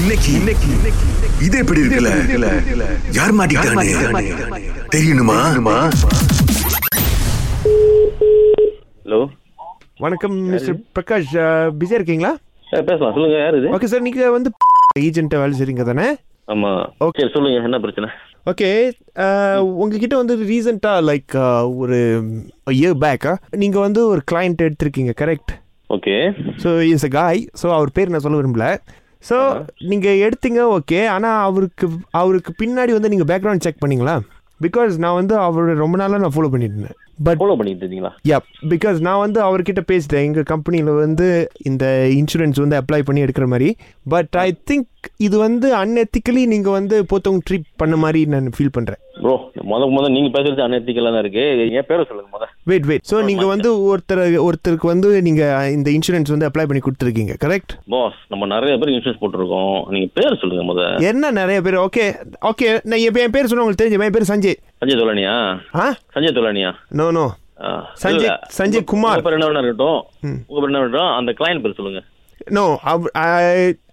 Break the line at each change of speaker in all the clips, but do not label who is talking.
இன்னைக்கு இன்னைக்கு இன்னைக்கு- இது எப்படி இருக்குல்ல யார் மாட்டிக்கிட்டானே தெரியணுமா
ஹலோ
வணக்கம் மிஸ்டர் பிரகாஷ் அஹ், பிஸியா இருக்கீங்களா
சார் பேசலாம் சொல்லுங்க யார் இது
ஓகே சார் நீங்க வந்து ஏஜென்ட்டா வேலை செய்றீங்க தானே
ஆமா ஓகே சொல்லுங்க என்ன பிரச்சனை
ஓகே உங்ககிட்ட வந்து ரீசெண்டா லைக் ஒரு இயர் பேக்கா நீங்க வந்து ஒரு கிளையண்ட் எடுத்திருக்கீங்க correct
okay
so is a guy so அவர் பேர் நான் சொல்ல விரும்பல ஸோ நீங்க எடுத்தீங்க ஓகே ஆனா அவருக்கு அவருக்கு பின்னாடி வந்து நீங்க பேக்ரவுண்ட் செக் பண்ணீங்களா பிகாஸ் நான் வந்து அவரை ரொம்ப நாளாக நான் ஃபாலோ பண்ணிட்டு இருந்தேன் பட்
ஃபாலோ பண்ணிட்டு இருந்தீங்களா
யா பிகாஸ் நான் வந்து அவர்கிட்ட பேசிட்டேன் எங்கள் கம்பெனியில் வந்து இந்த இன்சூரன்ஸ் வந்து அப்ளை பண்ணி எடுக்கிற மாதிரி பட் ஐ திங்க் இது வந்து அன்எத்திக்கலி நீங்கள் வந்து போத்தவங்க ட்ரீட் பண்ண மாதிரி நான் ஃபீல் பண்ணுறேன்
ப்ரோ முத முத நீங்க பேசுறது அன்எத்திக்கலா தான் இருக்கு என் பேரை சொல்லுங்க முத
வெயிட் வெயிட் ஸோ நீங்கள் வந்து ஒருத்தர் ஒருத்தருக்கு வந்து நீங்கள் இந்த இன்சூரன்ஸ் வந்து அப்ளை பண்ணி கொடுத்துருக்கீங்க கரெக்ட்
பாஸ் நம்ம நிறைய பேர் இன்சூரன்ஸ் போட்டிருக்கோம் நீங்க பேர் சொல்லுங்க முத
என்ன நிறைய பேர் ஓகே ஓகே நான் என் பே- என் பேர் சொன்ன உங்களுக்கு தெரிஞ்ச என் பேர் சஞ்சய்
சஞ்சய் தோலனியா
ஆ
சஞ்சய் தோலனியா
நோ நோ
ஆ,
சஞ்சய்-
இல்ல.
சஞ்சய்
உங்க-
குமார்.
உங்க பேர் என்ன வேணா இருக்கட்டும் உங்க பேர் என்ன வேணா இருக்கட்டும், அந்த கிளையன்ட் பேர் சொல்லுங்க
நோ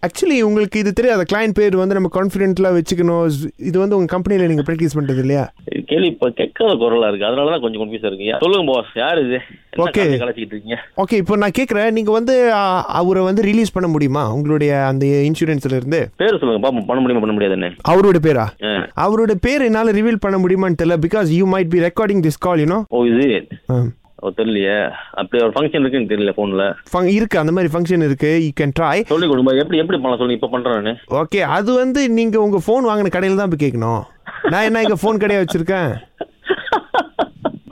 ஆக்சுவலி உங்களுக்கு இது தெரியாது கிளைண்ட் பேர் வந்து நம்ம கான்ஃபிடென்ட்லாம் வச்சுக்கணும் இது வந்து உங்கள் கம்பெனியில் நீங்கள் ப்ராக்டிஸ் பண்ணுறது இல்லையா
கேள்வி இப்ப கேட்காத குரலா இருக்கு அதனால தான் கொஞ்சம் கன்ஃபியூஸா இருக்கு யா- சொல்லுங்க பாஸ் யார் இது என்ன
Okay.
காலையில கலாச்சிக்கிட்டு இருக்கீங்க
ஓகே இப்போ நான் கேட்குறேன் நீங்கள் வந்து ஆ, அவரை வந்து ரிலீஸ் பண்ண முடியுமா உங்களுடைய அந்த இன்சூரன்ஸ்ல இருந்து
பேர் சொல்லுங்க பாப்போம் பண்ண முடியுமா பண்ண முடியாதுன்னு
அவரோட பேரா
ஆ.
அவரோட பேர் என்னால் ரிவீல் பண்ண முடியுமான்னு தெரியல because you might be recording this call you know
ஓ இது ஓ தெரியலையே அப்படி ஒரு ஃபங்க்ஷன் இருக்குன்னு தெரியல ஃபோனில்
ஃபங் இருக்கு அந்த மாதிரி ஃபங்க்ஷன் இருக்கு யூ கேன் ட்ரை
சொல்லி கொடுங்க எப்படி எப்படி பண்ணலாம் சொல்லுங்க இப்போ பண்ணுறேன் நான்
ஓகே அது வந்து நீங்கள் உங்கள் ஃபோன் வாங்கின கடையில் தான் போய் கேட்கணும் நான் என்ன எங்கள் ஃபோன் கடையாக வச்சுருக்கேன்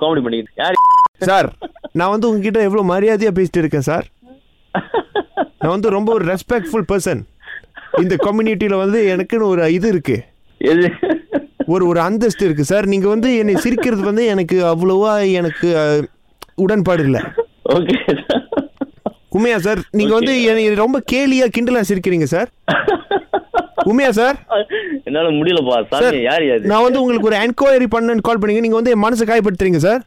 காமெடி பண்ணிக்கிட்டு யார்
சார் நான் வந்து உங்ககிட்ட எவ்வளோ மரியாதையாக பேசிட்டு இருக்கேன் சார் நான் வந்து ரொம்ப ஒரு ரெஸ்பெக்ட்ஃபுல் பர்சன் இந்த கம்யூனிட்டியில் வந்து எனக்குன்னு ஒரு இது இருக்குது
எது
ஒரு ஒரு அந்தஸ்து இருக்கு சார் நீங்க வந்து என்னை சிரிக்கிறது வந்து எனக்கு அவ்வளோவா எனக்கு அஹ், உடன்பாடு இல்லை
ஓகே
உண்மையா சார் நீங்க வந்து என்னை ரொம்ப கேலியா கிண்டலா சிரிக்கிறீங்க சார் உண்மையா சார்
என்னால முடியலப்பா சாமி யார் யாரு
நான் வந்து உங்களுக்கு ஒரு என்கொயரி பண்ணு கால் பண்ணீங்க நீங்க வந்து என் மனசை காயப்படுத்துறீங்க சார்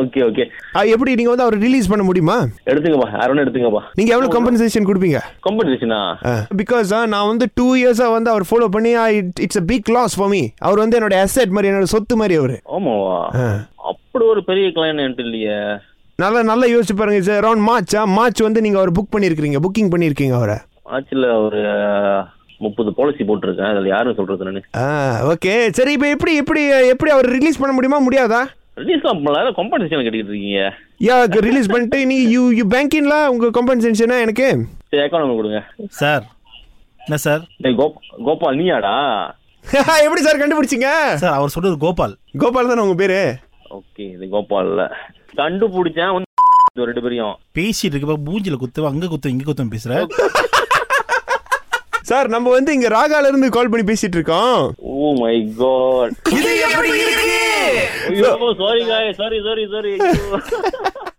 ஓகே ஓகே
அஹ், எப்படி நீங்க வந்து அவரை ரிலீஸ் பண்ண முடியுமா
எடுத்துங்கப்பா யாரும் எடுத்துங்கப்பா
நீங்க எவ்வளவு கம்பன்சேஷன் கொடுப்பீங்க
காம்படிஷனா
பிகாஸ் நான் வந்து டூ இயர்ஸா வந்து அவர் ஃபாலோ பண்ணி it's a big loss for me அவர் வந்து என்னோட அசெட் மாதிரி என்னோட சொத்து மாதிரி அவர்
ஆமாவா அப்படி ஒரு பெரிய கிளையன்ட் இல்லையே
நல்லா நல்லா யோசிச்சு பாருங்க சார் அரௌண்ட் மார்ச் மார்ச் வந்து நீங்க அவர் புக் பண்ணியிருக்கீங்க புக்கிங் பண்ணியிருக்கீங்க அவரை
ஆச்சில் ஒரு முப்பது பாலிசி போட்டிருக்கேன் அதில் யாரும் சொல்றது நான்
ஆ ஓகே சரி இப்போ எப்படி எப்படி எப்படி அவர் ரிலீஸ் பண்ண முடியுமா முடியாதா
ரிலீஸ்லாம் பண்ணலாம் காம்படிஷன் கட்டிக்கிட்டு இருக்கீங்க
யா ரிலீஸ் பண்ணிட்டு நீ யூ யூ பேங்கிங்ல உங்க கம்பன்சேஷனா எனக்கு
சரி அக்கௌண்ட் கொடுங்க
சார் என்ன சார்
டேய், கோப்- கோபால் நீயாடா
எப்படி சார் கண்டுபிடிச்சிங்க
சார் அவர் சொல்றது கோபால்
கோபால் தானே உங்க பேரு
ஓகே இது கோபால்ல கண்டுபிடிச்சேன் வந்து இது ரெண்டு பேரையும்
பேசிட்டு இருக்கப்ப மூஞ்சில குத்துவா அங்க குத்தும் இங்க குத்தும் பேசுற
சார் நம்ம வந்து இங்க ராகால இருந்து கால் பண்ணி பேசிட்டு இருக்கோம்
oh my God sorry sorry sorry sorry